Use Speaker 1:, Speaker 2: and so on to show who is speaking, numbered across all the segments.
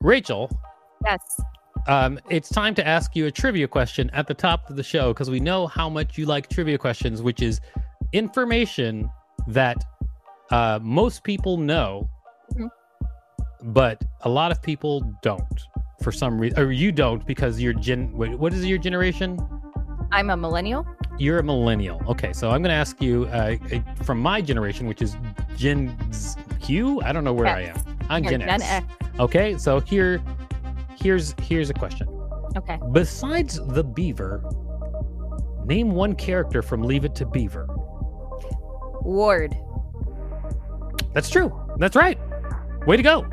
Speaker 1: Rachel,
Speaker 2: Yes.
Speaker 1: um, it's time to ask you a trivia question at the top of the show because we know how much you like trivia questions, which is information that uh, most people know,
Speaker 2: Mhm. Mm-hmm.
Speaker 1: but a lot of people don't for some reason, or you don't because you're gen. Wait, what is your generation?
Speaker 2: I'm a millennial.
Speaker 1: You're a millennial. Okay, so I'm going to ask you uh, uh, from my generation, which is Gen Z- Q. I don't know where I
Speaker 2: X.
Speaker 1: am. I'm
Speaker 2: You're
Speaker 1: Gen
Speaker 2: Gen
Speaker 1: X.
Speaker 2: X.
Speaker 1: Okay, so here, here's here's a question.
Speaker 2: Okay.
Speaker 1: Besides the beaver, name one character from Leave It to Beaver.
Speaker 2: Ward.
Speaker 1: That's true. That's right. Way to go.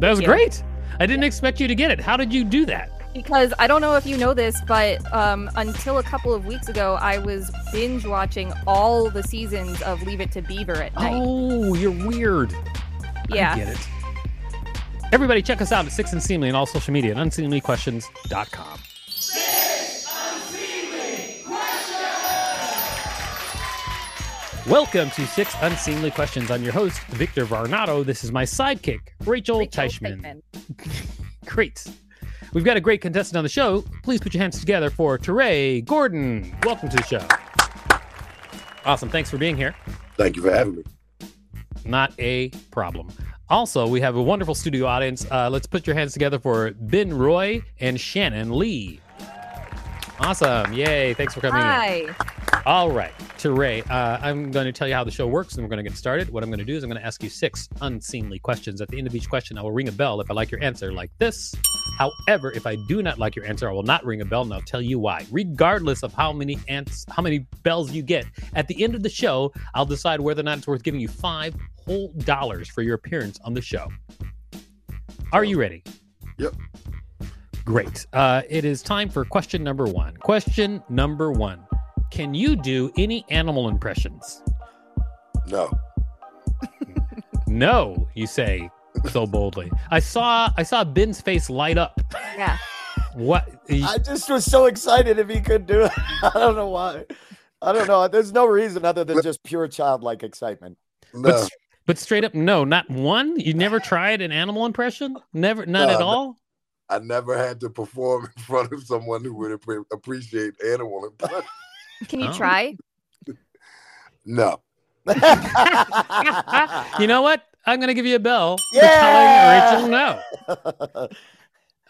Speaker 1: That was
Speaker 2: you.
Speaker 1: great. I didn't expect you to get it. How did you do that?
Speaker 2: Because I don't know if you know this, but um, until a couple of weeks ago, I was binge watching all the seasons of Leave It to Beaver at night.
Speaker 1: Oh, you're weird. I
Speaker 2: yeah.
Speaker 1: get it. Everybody, check us out at Six Unseemly and all social media at unseemlyquestions.com. Welcome to Six Unseemly Questions. I'm your host, Victor Varnado. This is my sidekick, Rachel,
Speaker 2: Rachel
Speaker 1: Teichman.
Speaker 2: Teichman.
Speaker 1: Great. We've got a great contestant on the show. Please put your hands together for Teray Gordon. Welcome to the show. Awesome. Thanks for being here.
Speaker 3: Thank you for having me.
Speaker 1: Not a problem. Also, we have a wonderful studio audience. Uh, let's put your hands together for Ben Roy and Shannon Lee. Awesome. Yay. Thanks for coming in.
Speaker 2: Hi.
Speaker 1: All right, Teray, uh, I'm going to tell you how the show works and we're going to get started. What I'm going to do is I'm going to ask you six unseemly questions. At the end of each question, I will ring a bell if I like your answer, like this. However, if I do not like your answer, I will not ring a bell and I'll tell you why. Regardless of how many ants, how many bells you get, at the end of the show, I'll decide whether or not it's worth giving you five whole dollars for your appearance on the show. Are you ready?
Speaker 3: Yep.
Speaker 1: Great. Uh, it is time for question number one. Question number one. Can you do any animal impressions?
Speaker 3: No.
Speaker 1: No, you say so boldly. I saw I saw Ben's face light up.
Speaker 2: Yeah.
Speaker 1: What
Speaker 4: I just was so excited if he could do it. I don't know why. I don't know. There's no reason other than just pure childlike excitement.
Speaker 3: No.
Speaker 1: but, but straight up no, not one? You never tried an animal impression? Never not
Speaker 3: No,
Speaker 1: at
Speaker 3: no.
Speaker 1: all?
Speaker 3: I never had to perform in front of someone who would appre- appreciate animal. impression.
Speaker 2: Can you
Speaker 1: Oh.
Speaker 2: try?
Speaker 3: no.
Speaker 1: You know what? I'm gonna give you a bell
Speaker 4: Yeah!
Speaker 1: for telling Rachel no.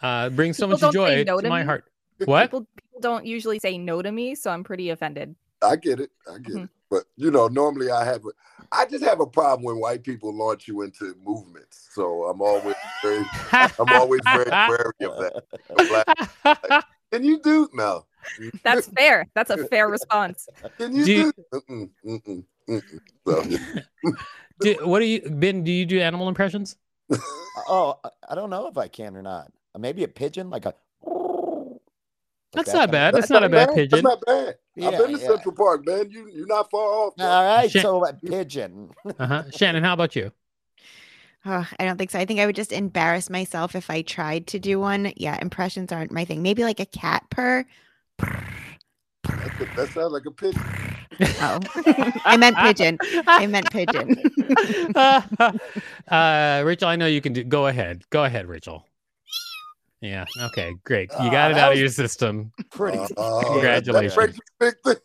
Speaker 1: Uh it brings so
Speaker 2: People
Speaker 1: much
Speaker 2: don't
Speaker 1: joy
Speaker 2: say no
Speaker 1: to
Speaker 2: to
Speaker 1: my
Speaker 2: me.
Speaker 1: heart. What?
Speaker 2: People, people don't usually say no to me, so I'm pretty offended.
Speaker 3: I get it. I
Speaker 1: Mm-hmm.
Speaker 3: get
Speaker 2: Mhm.
Speaker 3: it. But you know, normally I have a I just have a problem when white people launch you into movements. So I'm always very I'm always very wary of that. I'm like, Can you do no?
Speaker 2: That's fair. That's a fair response.
Speaker 3: Can you
Speaker 1: Do you-
Speaker 3: do? Mm-mm, mm-mm, mm-mm. So,
Speaker 1: do, what do you Ben, do you do animal impressions?
Speaker 4: oh, I- I don't know if I can or not. Maybe a pigeon, like a.
Speaker 1: That's not
Speaker 4: that kind of-
Speaker 1: bad. That's not a bad
Speaker 3: bad.
Speaker 1: pigeon.
Speaker 3: That's not bad. I've
Speaker 4: Yeah,
Speaker 3: been to
Speaker 4: yeah.
Speaker 3: Central Park, man. You you're not far off. man.
Speaker 4: All right,
Speaker 1: Shit.
Speaker 4: so a pigeon.
Speaker 1: Uh-huh. Shannon, how about you?
Speaker 5: Oh, I don't think so. I think I would just embarrass myself if I tried to do one. Yeah, impressions aren't my thing. Maybe like a cat purr.
Speaker 3: That's a- that sounds like a pigeon.
Speaker 5: Oh, I meant pigeon. I meant pigeon.
Speaker 1: uh, Rachel, I know you can do. Go ahead. Go ahead, Rachel. Yeah. Okay. Great. You got
Speaker 4: Ah,
Speaker 1: it
Speaker 4: that
Speaker 1: out of
Speaker 4: was
Speaker 1: your system.
Speaker 4: Pretty.
Speaker 3: Oh,
Speaker 1: Congratulations.
Speaker 3: That's Rachel's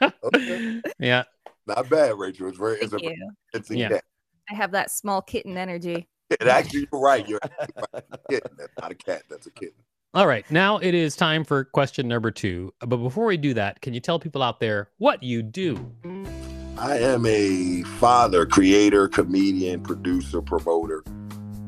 Speaker 3: big thing. Okay.
Speaker 1: Yeah.
Speaker 3: Not bad, Rachel. It's very it's
Speaker 2: Thank
Speaker 3: a
Speaker 2: you.
Speaker 3: it's a
Speaker 1: Yeah.
Speaker 3: cat.
Speaker 2: I have that small kitten energy.
Speaker 3: And actually you're right. You're actually right. It's a kitten. That's not a cat, that's a kitten.
Speaker 1: All right. Now it is time for question number two. But before we do that, can you tell people out there what you do?
Speaker 3: I am a father, creator, comedian, producer, promoter.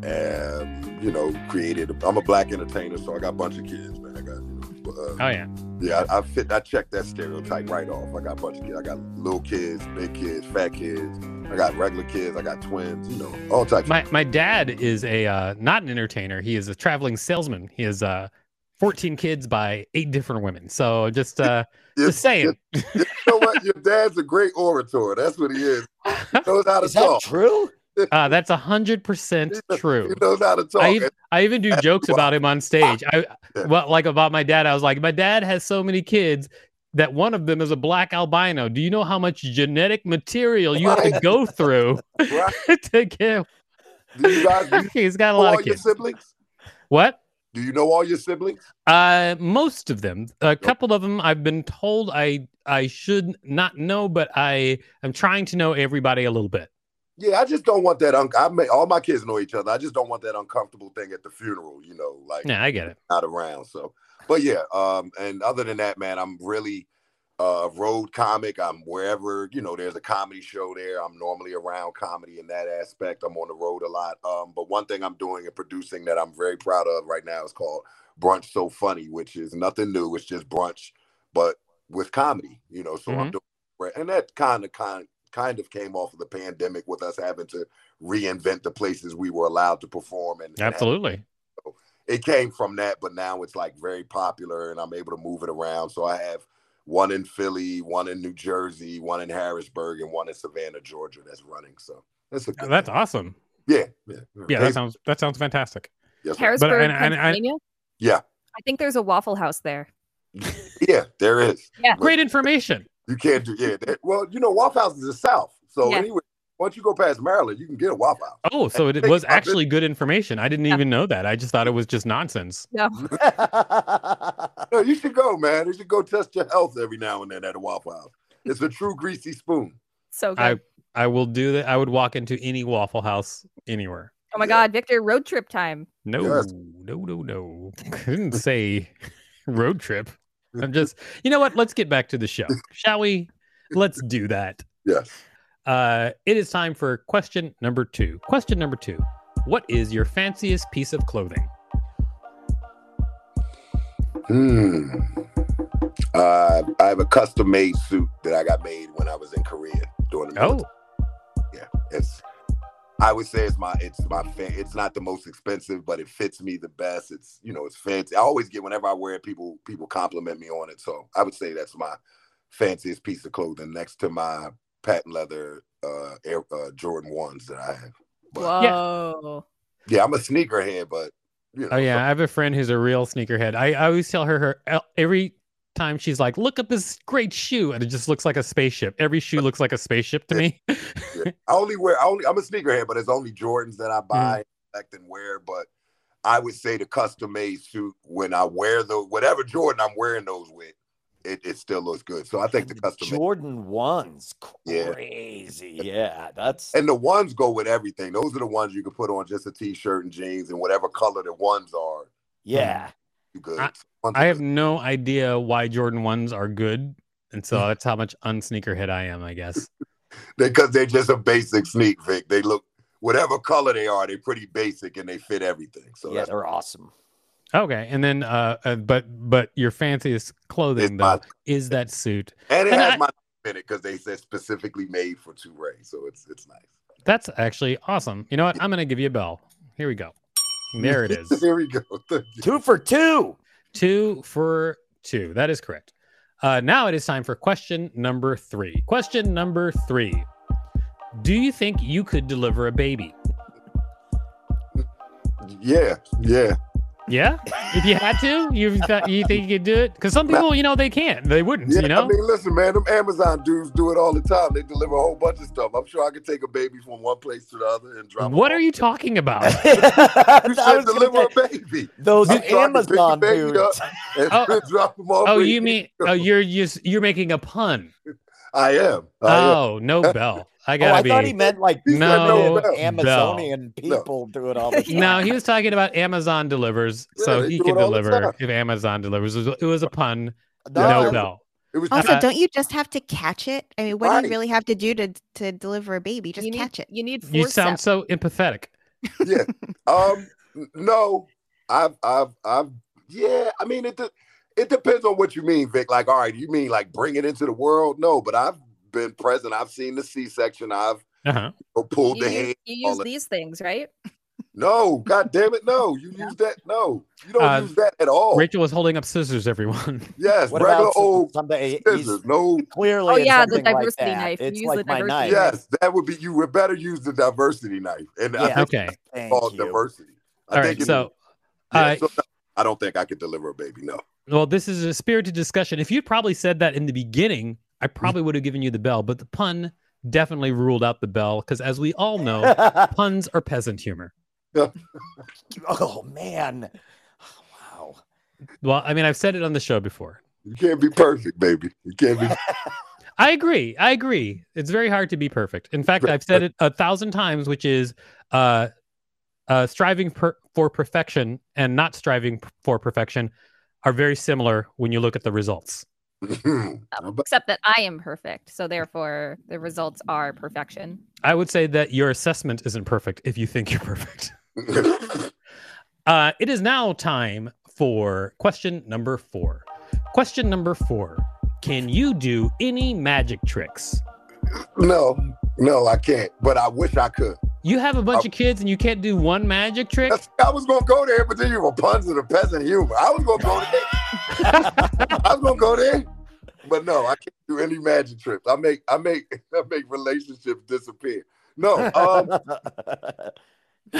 Speaker 3: And you know, created I'm a black entertainer, so I got a bunch of kids, man. I got you know, uh,
Speaker 1: Oh yeah.
Speaker 3: Yeah, I, I fit. I checked that stereotype right off. I got a bunch of kids. I got little kids, big kids, fat kids. I got regular kids. I got twins. You know, all types.
Speaker 1: My my dad is a uh, not an entertainer. He is a traveling salesman. He has uh, 14 kids by eight different women. So just uh,
Speaker 3: Your-
Speaker 1: just saying.
Speaker 3: your- you know what? Your dad's a great orator. That's what he is. He knows how to
Speaker 4: Is that
Speaker 3: talk.
Speaker 4: true?
Speaker 1: Uh, that's hundred percent true.
Speaker 3: He knows how to talk.
Speaker 1: I even, I even do
Speaker 3: That's
Speaker 1: jokes
Speaker 3: why.
Speaker 1: about him on stage. I
Speaker 3: Yeah.
Speaker 1: well, like about my dad. I was like, my dad has so many kids that one of them is a black albino. Do you know how much genetic material you have to
Speaker 3: Right.
Speaker 1: go through
Speaker 3: Right.
Speaker 1: to get?
Speaker 3: Do you guys do you
Speaker 1: He's got a
Speaker 3: know
Speaker 1: lot
Speaker 3: all
Speaker 1: of
Speaker 3: your
Speaker 1: kids.
Speaker 3: siblings?
Speaker 1: What?
Speaker 3: Do you know all your siblings?
Speaker 1: Uh, most of them. A couple of them. I've been told I I should not know, but I am trying to know everybody a little bit.
Speaker 3: Yeah, I just don't want that. Un- I may, all my kids know each other. I just don't want that uncomfortable thing at the funeral. You know, like
Speaker 1: Yeah, I get it.
Speaker 3: not around. So, but yeah. Um, and other than that, man, I'm really uh road comic. I'm wherever you know there's a comedy show there. I'm normally around comedy in that aspect. I'm on the road a lot. Um, but one thing I'm doing and producing that I'm very proud of right now is called Brunch So Funny, which is nothing new. It's just brunch, but with comedy. You know, so I'm doing, and that kind of kind kind of came off of the pandemic with us having to reinvent the places we were allowed to perform and, and have
Speaker 1: Absolutely.
Speaker 3: it came from that, but now it's like very popular and I'm able to move it around. So I have one in Philly, one in New Jersey, one in Harrisburg, and one in Savannah, Georgia that's running. So that's a good
Speaker 1: Oh, That's
Speaker 3: thing.
Speaker 1: awesome.
Speaker 3: yeah, yeah.
Speaker 1: Yeah, that sounds that sounds fantastic.
Speaker 3: Yes, sir.
Speaker 2: Harrisburg,
Speaker 1: and- and- and-
Speaker 2: Pennsylvania.
Speaker 3: Yeah.
Speaker 2: I think there's a Waffle House there.
Speaker 3: yeah, there is.
Speaker 2: Yeah.
Speaker 1: Great information.
Speaker 3: You can't do yeah. that- well, you know, Waffle House is the South. So
Speaker 2: Yeah.
Speaker 3: anyway, once you go past Maryland, you can get a Waffle House.
Speaker 1: Oh, so it
Speaker 3: think
Speaker 1: was
Speaker 3: about it.
Speaker 1: actually good information. I didn't
Speaker 2: Yeah.
Speaker 1: even know that. I just thought it was just nonsense.
Speaker 3: No, you should go, man. You should go test your health every now and then at a Waffle House. It's a true greasy spoon.
Speaker 2: So good.
Speaker 1: I I will do that. I would walk into any Waffle House anywhere.
Speaker 2: oh my
Speaker 3: yeah.
Speaker 2: God, Victor, road trip time.
Speaker 1: No,
Speaker 3: Yes.
Speaker 1: no, no, no. I didn't say road trip. I'm just. You know what? Let's get back to the show, shall we? Let's do that.
Speaker 3: Yes.
Speaker 1: Uh, it is time for question number two. Question number two. What is your fanciest piece of clothing?
Speaker 3: Hmm. Uh, I have a custom made suit that I got made when I was in Korea during the
Speaker 1: Oh,
Speaker 3: military. It's I would say it's my it's my fa- it's not the most expensive, but it fits me the best. It's you know it's fancy. I always get whenever I wear it, people people compliment me on it. So I would say that's my fanciest piece of clothing next to my patent leather uh, Air, uh Jordan ones that I have. But,
Speaker 2: Whoa.
Speaker 3: yeah, I'm a sneakerhead, but you know,
Speaker 1: Oh yeah, I have a friend who's a real sneakerhead. I, I always tell her her el- every time she's like, "Look up this great shoe," and it just looks like a spaceship. Every shoe looks like a spaceship to me.
Speaker 3: I only wear I only I'm a sneakerhead, but it's only Jordans that I buy, collect, and wear. But I would say the custom made suit when I wear the whatever Jordan I'm wearing those with, it, it still looks good. So I think the custom made-
Speaker 4: Jordan ones,
Speaker 3: Yeah.
Speaker 4: crazy. Yeah, that's
Speaker 3: and the ones go with everything. Those are the ones you can put on just a t-shirt and jeans and whatever color the ones are.
Speaker 4: yeah.
Speaker 3: You good?
Speaker 1: I-
Speaker 3: Ones
Speaker 1: I
Speaker 3: are
Speaker 1: have
Speaker 3: good.
Speaker 1: no idea why Jordan ones are good, and so that's how much unsneakerhead I am, I guess.
Speaker 3: because they're just a basic sneak, Vic. They look whatever color they are, they're pretty basic and they fit everything. So
Speaker 4: yeah,
Speaker 3: that's
Speaker 4: they're awesome.
Speaker 1: Okay, and then uh, uh but but your fanciest
Speaker 3: it's
Speaker 1: clothing
Speaker 3: my,
Speaker 1: though is that suit.
Speaker 3: and it
Speaker 1: and
Speaker 3: has
Speaker 1: I-
Speaker 3: my name in it because they said specifically made for two Ray, so it's it's nice.
Speaker 1: That's actually awesome. You know what? I'm gonna give you a bell. Here we go. There it is.
Speaker 3: There we go. Thank you.
Speaker 4: Two for two.
Speaker 1: Two for two. That is correct. Uh, now it is time for question number three. Question number three Do you think you could deliver a baby?
Speaker 3: Yeah, yeah.
Speaker 1: Yeah, if you had to, you th- you think you could do it? Because some people, you know, they can't, they wouldn't.
Speaker 3: yeah
Speaker 1: you know,
Speaker 3: I mean, listen, man, them Amazon dudes do it all the time. They deliver a whole bunch of stuff. I'm sure I could take a baby from one place to the other and drop.
Speaker 1: what
Speaker 3: them
Speaker 1: are
Speaker 3: off.
Speaker 1: you talking about?
Speaker 3: You
Speaker 4: you
Speaker 3: said deliver a baby.
Speaker 4: those
Speaker 3: I'm sorry, pick your
Speaker 4: Amazon
Speaker 3: baby
Speaker 4: dudes.
Speaker 3: up. And
Speaker 1: Oh.
Speaker 3: drop them off.
Speaker 1: Oh,
Speaker 3: where
Speaker 1: you mean oh, you're just you're making a pun?
Speaker 3: I am. I am.
Speaker 1: Oh, no bell. I
Speaker 4: Oh, I
Speaker 1: gotta
Speaker 4: thought he
Speaker 1: be.
Speaker 4: meant like
Speaker 3: He said
Speaker 1: No,
Speaker 3: no bell.
Speaker 4: Amazonian people do it all the time.
Speaker 1: No, he was talking about Amazon delivers, so
Speaker 3: Yeah, they
Speaker 1: he
Speaker 3: do
Speaker 1: can
Speaker 3: it all the time.
Speaker 1: deliver if Amazon delivers. It was- it was a pun.
Speaker 3: Yeah.
Speaker 1: No
Speaker 4: I'm-
Speaker 1: bell.
Speaker 3: It was
Speaker 5: Also,
Speaker 1: Uh,
Speaker 5: don't you just have to catch it? I mean, what do
Speaker 3: Uh-huh. Right.
Speaker 5: you really have to do to to deliver a baby? Just
Speaker 2: you need,
Speaker 5: catch it.
Speaker 2: You need
Speaker 1: You
Speaker 2: forceps.
Speaker 1: sound so empathetic.
Speaker 3: yeah. Um. n- No, I've, I've, I've. Yeah. I mean, it. de- It depends on what you mean, Vic. Like, all right, you mean like bring it into the world? No, but I've been present. I've seen the C-section. I've
Speaker 1: Uh-huh.
Speaker 3: pulled
Speaker 2: You
Speaker 3: the
Speaker 2: use,
Speaker 3: hand.
Speaker 2: you use
Speaker 3: all it.
Speaker 2: these things, right?
Speaker 3: No, god damn it, no. You use that? No, you don't
Speaker 1: Uh,
Speaker 3: use that at all.
Speaker 1: Rachel was holding up scissors, everyone.
Speaker 3: yes,
Speaker 4: What
Speaker 3: regular
Speaker 4: about
Speaker 3: old
Speaker 4: some, somebody he's
Speaker 3: scissors. No,
Speaker 4: clearly
Speaker 2: Oh,
Speaker 4: in
Speaker 2: yeah, the
Speaker 4: something like
Speaker 2: diversity
Speaker 4: that.
Speaker 2: knife. You
Speaker 4: It's
Speaker 2: use
Speaker 4: like
Speaker 2: the
Speaker 4: my
Speaker 2: diversity
Speaker 4: knife.
Speaker 2: knife.
Speaker 3: yes, that would be. You would better use the diversity knife, and I
Speaker 4: Yeah.
Speaker 3: think
Speaker 1: Okay.
Speaker 4: Thank
Speaker 3: it's called
Speaker 4: you.
Speaker 3: diversity. I
Speaker 1: All
Speaker 3: think
Speaker 1: right.
Speaker 3: it-
Speaker 1: So,
Speaker 3: yeah,
Speaker 1: uh,
Speaker 3: so no, I don't think I could deliver a baby. No,
Speaker 1: well, this is a spirited discussion. If you'd probably said that in the beginning, I probably would have given you the bell, but the pun definitely ruled out the bell because, as we all know,
Speaker 3: Oh.
Speaker 1: puns are peasant humor.
Speaker 4: oh man. Oh, Wow.
Speaker 1: Well, I mean, I've said it on the show before.
Speaker 3: you can't be perfect, baby. You can't be.
Speaker 1: I agree. I agree. It's very hard to be perfect. In fact, I've said it a thousand times, which is uh, uh, striving per- for perfection and not striving p- for perfection are very similar when you look at the results.
Speaker 3: How about-
Speaker 2: Except that I am perfect, so therefore the results are perfection.
Speaker 1: I would say that your assessment isn't perfect if you think you're perfect. Uh, it is now time for question number four. Question number four Can you do any magic tricks?
Speaker 3: no, no, I can't. But I wish I could.
Speaker 1: You have a bunch
Speaker 3: Oh.
Speaker 1: of kids and you can't do one magic trick?
Speaker 3: That's- I was gonna go there, but then you were puns of the peasant humor. I was gonna go there. I was gonna go there, but no, I can't do any magic trips. I make, I make, I make relationships disappear. No, um,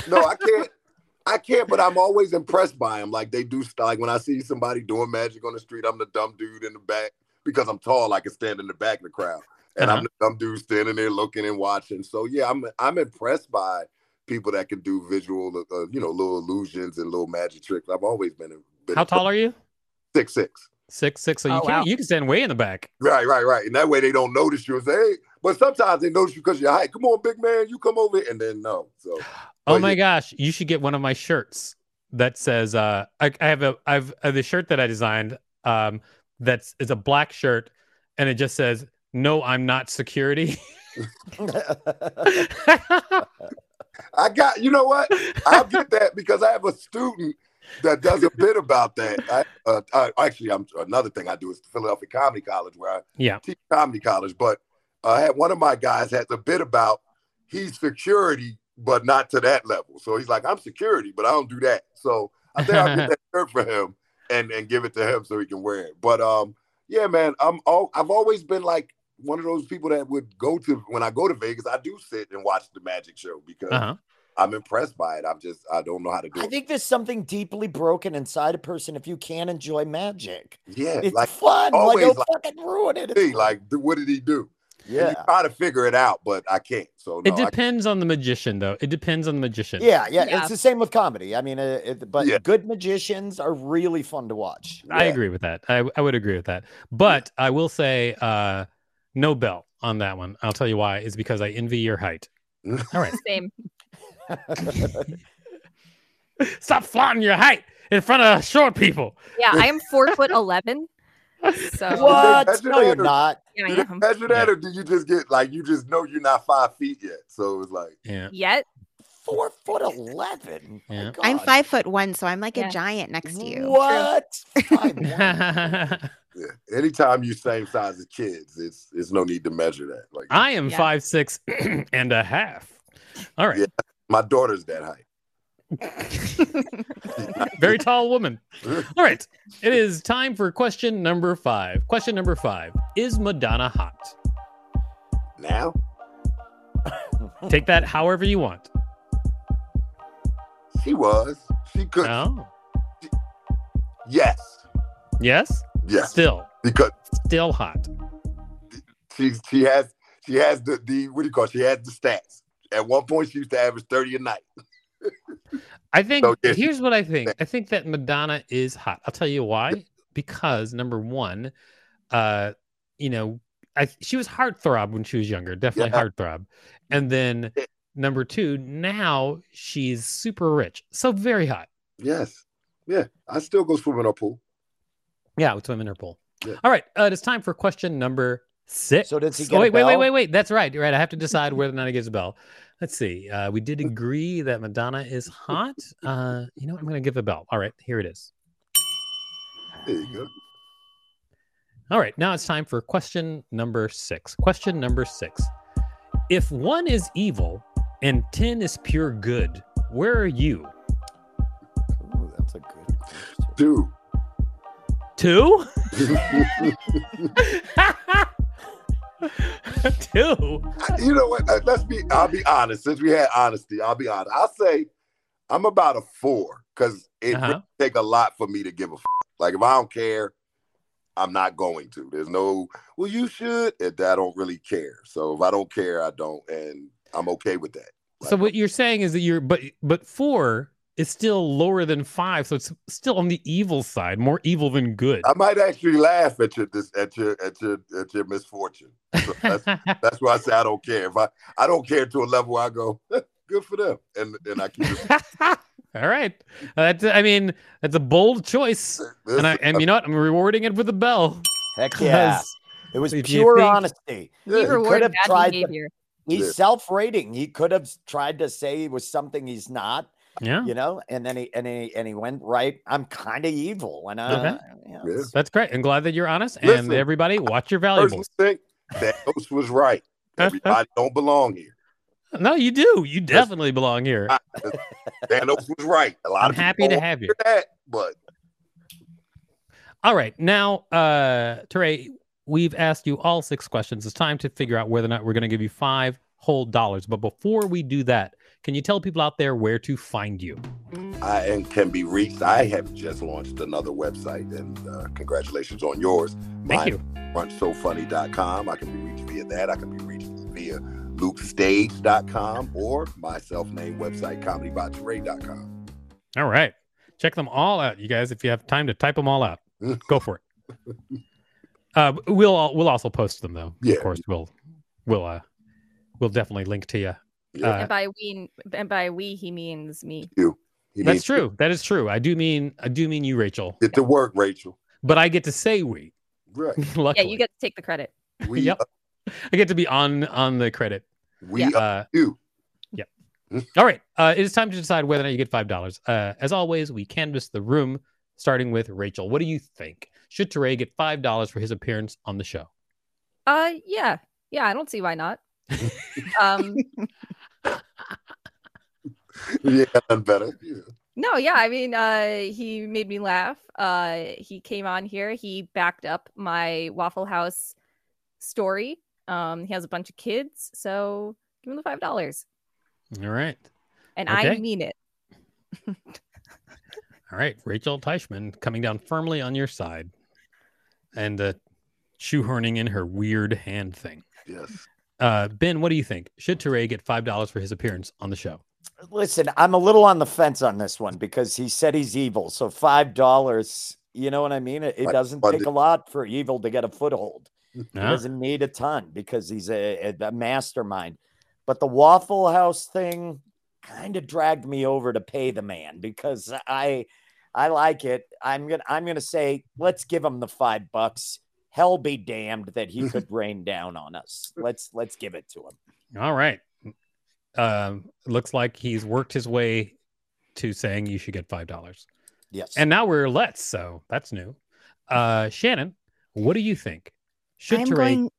Speaker 3: no, I can't. I can't, but I'm always impressed by them. Like they do, st- like when I see somebody doing magic on the street, I'm the dumb dude in the back because I'm tall. I can stand in the back of the crowd, and
Speaker 1: Uh-huh.
Speaker 3: I'm the dumb dude standing there looking and watching. So yeah, I'm I'm impressed by people that can do visual, uh, you know, little illusions and little magic tricks. I've always been, been
Speaker 1: How tall are you?
Speaker 3: Six six.
Speaker 1: Six, six. So you,
Speaker 2: Oh,
Speaker 1: can't,
Speaker 2: wow.
Speaker 1: you can stand way in the back.
Speaker 3: Right, right, right. And that way they don't notice you and say, hey. But sometimes they notice you because you're height. Come on, big man, you come over, here. and then no. So
Speaker 1: Oh
Speaker 3: Oh,
Speaker 1: my
Speaker 3: yeah.
Speaker 1: gosh, you should get one of my shirts that says uh I, I have a I've uh, the shirt that I designed um that's is a black shirt and it just says no I'm not security.
Speaker 3: I got, you know what? I'll get that because I have a student that does a bit about that. I, uh, I, actually, I'm another thing I do is Philadelphia Comedy College, where I
Speaker 1: Yeah.
Speaker 3: teach comedy college. But uh, I had one of my guys has a bit about he's security, but not to that level. So he's like, I'm security, but I don't do that. So I think I'll get that shirt for him and and give it to him so he can wear it. But um, yeah, man, I'm all I've always been like one of those people that would go to when I go to Vegas, I do sit and watch the magic show because.
Speaker 1: Uh-huh.
Speaker 3: I'm impressed by it. I'm just I don't know how to do
Speaker 4: I
Speaker 3: it.
Speaker 4: think there's something deeply broken inside a person if you can't enjoy magic.
Speaker 3: yeah,
Speaker 4: It's
Speaker 3: like
Speaker 4: fun. Like,
Speaker 3: always,
Speaker 4: don't
Speaker 3: like-
Speaker 4: fucking ruin it. It's
Speaker 3: see,
Speaker 4: fun.
Speaker 3: like th- what did he do? And you
Speaker 4: yeah.
Speaker 3: try to figure it out, but I can't. So no,
Speaker 1: it
Speaker 3: I,
Speaker 1: depends on the magician though. It depends on the magician.
Speaker 4: yeah, yeah,
Speaker 2: Yeah.
Speaker 4: It's the same with comedy. I mean, uh, it, but
Speaker 3: Yeah.
Speaker 4: good magicians are really fun to watch.
Speaker 1: I
Speaker 3: yeah.
Speaker 1: agree with that. I, I would agree with that. But I will say uh no bell on that one. I'll tell you why is because I envy your height. All right.
Speaker 2: Same.
Speaker 5: Oh.
Speaker 1: Stop flaunting your height in front of short people.
Speaker 2: Yeah, I am four foot eleven. So
Speaker 4: What?
Speaker 3: That's
Speaker 4: No, you're
Speaker 3: another-
Speaker 4: not.
Speaker 2: Yeah,
Speaker 3: do
Speaker 2: I
Speaker 3: they
Speaker 2: am.
Speaker 3: measure that,
Speaker 1: Yeah.
Speaker 3: or do you just get like you just know you're not five feet yet? So it's like
Speaker 1: Yeah.
Speaker 2: Yet
Speaker 4: Four foot eleven. My
Speaker 1: Yeah.
Speaker 5: I'm
Speaker 4: God.
Speaker 5: five foot one, so I'm like
Speaker 2: Yeah.
Speaker 5: a giant next to you.
Speaker 4: What? Five one.
Speaker 3: yeah. anytime you same size as kids, it's it's no need to measure that. Like
Speaker 1: I am
Speaker 2: Yeah.
Speaker 1: five six and a half. All right,
Speaker 3: my daughter's that height.
Speaker 1: very tall woman. All right, it is time for question number five. Question number five is Madonna hot?
Speaker 3: Now
Speaker 1: Take that however you want.
Speaker 3: she was, she could,
Speaker 1: No,
Speaker 3: yes,
Speaker 1: yes,
Speaker 3: yes,
Speaker 1: still,
Speaker 3: because
Speaker 1: still hot.
Speaker 3: she she has she has the the what do you call? It? She has the stats. At one point, she used to average thirty a night.
Speaker 1: I think
Speaker 3: So, yes.
Speaker 1: here's what I think. I think that Madonna is hot. I'll tell you why. Because number one, uh, you know, I she was heartthrob when she was younger, definitely
Speaker 3: Yeah.
Speaker 1: heartthrob. And then
Speaker 3: Yeah.
Speaker 1: number two, now she's super rich, so very hot.
Speaker 3: Yes. Yeah. I still go swimming in a pool.
Speaker 1: Yeah, with swim in her pool.
Speaker 3: Yeah.
Speaker 1: All right, uh, it is time for question number six.
Speaker 4: So does he
Speaker 1: Oh,
Speaker 4: get a
Speaker 1: wait, wait, wait,
Speaker 4: bell?
Speaker 1: wait, wait. That's right. Right, I have to decide whether or not he gets a bell. Let's see. Uh, we did agree that Madonna is hot. Uh, you know what? I'm going to give a bell. All right, here it is.
Speaker 3: There you go.
Speaker 1: All right, now it's time for question number six. Question number six. If one is evil and 10 is pure good, where are you?
Speaker 4: Ooh, that's a good question.
Speaker 3: Two.
Speaker 1: Two? Two?
Speaker 3: you know what? Uh, Let's be. I'll be honest. Since we had honesty, I'll be honest. I'll say I'm about a four because it
Speaker 1: Uh-huh.
Speaker 3: really take a lot for me to give a. F- like if I don't care, I'm not going to. There's no. Well, you should. And I don't really care. So if I don't care, I don't, and I'm okay with that.
Speaker 1: So what you're saying is that you're but but four is still lower than five, so it's still on the evil side, more evil than good.
Speaker 3: I might actually laugh at your this at your at your at your misfortune. So that's, that's why I say I don't care. If I I don't care to a level, I go good for them, and and I keep. It,
Speaker 1: All right, that's I mean that's a bold choice, and I and you know what? I'm rewarding it with a bell.
Speaker 4: Heck yeah.
Speaker 1: 'Cause-
Speaker 4: It was
Speaker 1: If you
Speaker 4: pure
Speaker 1: think-
Speaker 4: honesty.
Speaker 3: Yeah,
Speaker 2: We
Speaker 3: you
Speaker 2: reward
Speaker 4: have
Speaker 2: bad
Speaker 4: tried to-
Speaker 2: behavior.
Speaker 4: He's
Speaker 3: Yeah.
Speaker 4: self-rating. He could have s- tried to say he was something he's not,
Speaker 1: Yeah,
Speaker 4: you know, and then he and he and he went right. I'm kind of evil, and uh, yeah,
Speaker 3: Yeah.
Speaker 4: it's-
Speaker 1: that's great. I'm glad that you're honest. And
Speaker 3: Listen,
Speaker 1: everybody, watch your
Speaker 3: personally
Speaker 1: valuables.
Speaker 3: think that host was right. Everybody don't belong here.
Speaker 1: No, you do. You definitely belong here.
Speaker 3: I- Thanos was right. A lot
Speaker 1: I'm
Speaker 3: of people
Speaker 1: happy to
Speaker 3: don't
Speaker 1: have you.
Speaker 3: hear that, but
Speaker 1: All right. Now, uh, Teray, we've asked you all six questions. It's time to figure out whether or not we're going to give you five whole dollars. But before we do that, can you tell people out there where to find you?
Speaker 3: I and can be reached. I have just launched another website, and uh, congratulations on yours.
Speaker 1: Thank you.
Speaker 3: Runsofunny.com. I can be reached via that. I can be reached via lukestage.com or my self named website, comedybyture.com.
Speaker 1: All right. Check them all out, you guys, if you have time to type them all out. Go for it. Uh, we'll al- we'll also post them though.
Speaker 3: Yeah.
Speaker 1: Of course, we'll we'll uh, we'll definitely link to you.
Speaker 3: Yeah.
Speaker 1: Uh,
Speaker 2: and by we, and by we, he means me.
Speaker 3: He
Speaker 1: that's
Speaker 3: needs
Speaker 1: true. That is true. I do mean I do mean you, Rachel.
Speaker 3: To get to work, Rachel.
Speaker 1: But I get to say we.
Speaker 3: Right.
Speaker 1: Luckily.
Speaker 2: Yeah, you get to take the credit.
Speaker 3: We, uh,
Speaker 1: yep. I get to be on on the credit.
Speaker 3: we
Speaker 2: Yeah.
Speaker 3: up
Speaker 1: Uh,
Speaker 3: you.
Speaker 1: All right. Uh, it is time to decide whether or not you get five dollars. Uh, as always, we canvass the room, starting with Rachel. What do you think? Should Teray get five dollars for his appearance on the show?
Speaker 2: Uh, yeah, yeah. I don't see why not. um,
Speaker 3: yeah, done better. Yeah.
Speaker 2: no, yeah. I mean, uh, he made me laugh. Uh, he came on here. He backed up my Waffle House story. Um, he has a bunch of kids, so give him the five dollars,
Speaker 1: All right.
Speaker 2: and I
Speaker 1: Okay.
Speaker 2: mean it.
Speaker 1: All right. Rachel Teichman coming down firmly on your side, and uh, shoehorning in her weird hand thing.
Speaker 3: Yes.
Speaker 1: Uh, ben, what do you think? Should Teray get five dollars for his appearance on the show?
Speaker 4: Listen, I'm a little on the fence on this one because he said he's evil. So five dollars, you know what I mean? It, it
Speaker 3: Like
Speaker 4: doesn't
Speaker 3: funded.
Speaker 4: take a lot for evil to get a foothold. He
Speaker 1: Huh?
Speaker 4: doesn't need a ton because he's a, a, a mastermind. But the Waffle House thing kind of dragged me over to pay the man because I I like it. I'm gonna I'm gonna say let's give him the five bucks. Hell be damned that he could rain down on us. Let's let's give it to him.
Speaker 1: All right. Um, looks like he's worked his way to saying you should get five dollars.
Speaker 4: Yes.
Speaker 1: And now we're let's, so that's new. Uh Shannon, what do you think? Should
Speaker 5: I'm
Speaker 1: Teray
Speaker 5: going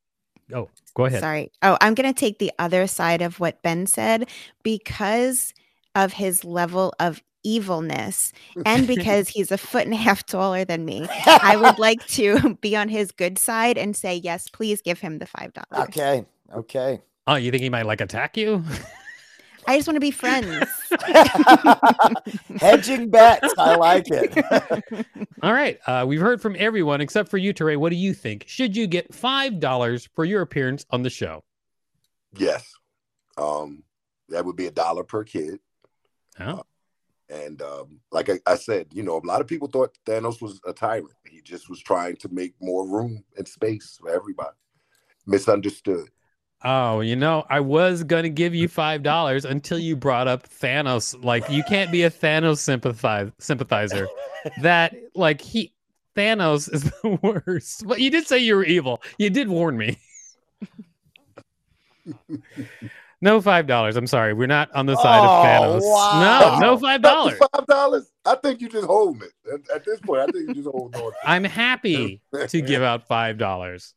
Speaker 1: Oh, go ahead.
Speaker 5: Sorry. Oh, I'm going to take the other side of what Ben said because of his level of evilness and because he's a foot and a half taller than me. I would like to be on his good side and say, yes, please give him the $5.
Speaker 4: okay. Okay.
Speaker 1: Oh, you think he might like attack you?
Speaker 5: I just want to be friends.
Speaker 4: Hedging bets. I like it.
Speaker 1: All right. Uh we've heard from everyone except for you, Teray. What do you think? Should you get five dollars for your appearance on the show?
Speaker 3: Yes. Um, that would be a dollar per kid.
Speaker 1: Huh?
Speaker 3: And um, like I, I said, you know, a lot of people thought Thanos was a tyrant. He just was trying to make more room and space for everybody. Misunderstood.
Speaker 1: Oh, you know, I was gonna give you five dollars until you brought up Thanos. Like, you can't be a Thanos sympathize sympathizer. That like he Thanos is the worst. But you did say you were evil. You did warn me. No five dollars. I'm sorry, we're not on the side of Thanos.
Speaker 4: Oh,
Speaker 1: No,
Speaker 4: wow.
Speaker 1: no five
Speaker 3: Not
Speaker 1: dollars.
Speaker 3: the Five dollars. I think you just holding it at, at this point. I think you just holding on. to it.
Speaker 1: I'm happy to give out five dollars,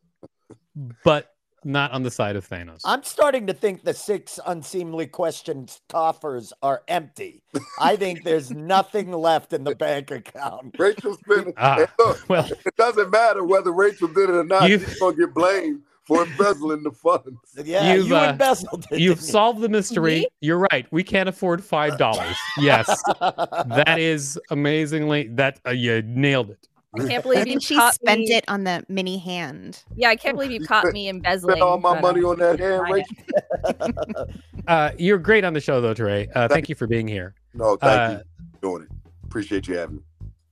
Speaker 1: but not on the side of Thanos.
Speaker 4: I'm starting to think the six unseemly questions coffers are empty. I think there's nothing left in the bank account.
Speaker 3: Rachel Spinner.
Speaker 1: Ah.
Speaker 3: Hey, look,
Speaker 1: well,
Speaker 3: it doesn't matter whether Rachel did it or not.
Speaker 1: You-
Speaker 3: She's gonna get blamed for embezzling the funds.
Speaker 4: Yeah,
Speaker 1: You've,
Speaker 4: you
Speaker 1: uh,
Speaker 4: embezzled it.
Speaker 1: you've
Speaker 4: didn't
Speaker 1: solved the mystery. You're right. We can't afford five dollars. Yes,
Speaker 4: you?
Speaker 1: that is amazingly that uh, you nailed it.
Speaker 2: I can't believe you
Speaker 5: And she
Speaker 2: caught
Speaker 5: spent
Speaker 2: me.
Speaker 5: it on the mini hand.
Speaker 2: Yeah, I can't believe you
Speaker 3: You
Speaker 2: caught
Speaker 3: spent-
Speaker 2: me
Speaker 3: Spend
Speaker 2: embezzling.
Speaker 3: all my
Speaker 2: but,
Speaker 3: money
Speaker 2: uh,
Speaker 3: on that hand,
Speaker 2: I-
Speaker 3: Rachel.
Speaker 1: Uh, you're great on the show, though, Trey. Uh, thank you for being here.
Speaker 3: No, thank
Speaker 1: Uh,
Speaker 3: you for doing it. Appreciate you having me.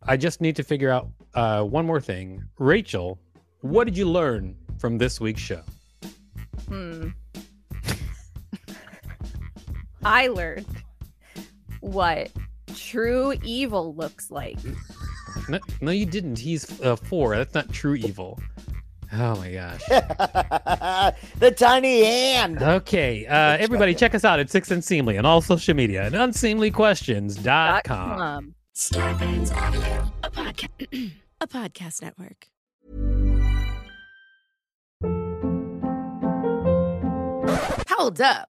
Speaker 1: I just need to figure out uh, one more thing. Rachel, what did you learn from this week's show?
Speaker 2: Hmm. I learned what true evil looks like.
Speaker 1: No, no you didn't. He's uh, four. That's not true evil. Oh my gosh.
Speaker 4: the tiny hand.
Speaker 1: Okay, uh,
Speaker 4: Let's
Speaker 1: everybody,
Speaker 4: check
Speaker 1: check us out at Six Unseemly on all social media and unseemlyquestions.com.
Speaker 2: Dot com.
Speaker 6: Starbane's Avenue, a, podca- a podcast network. Hold up.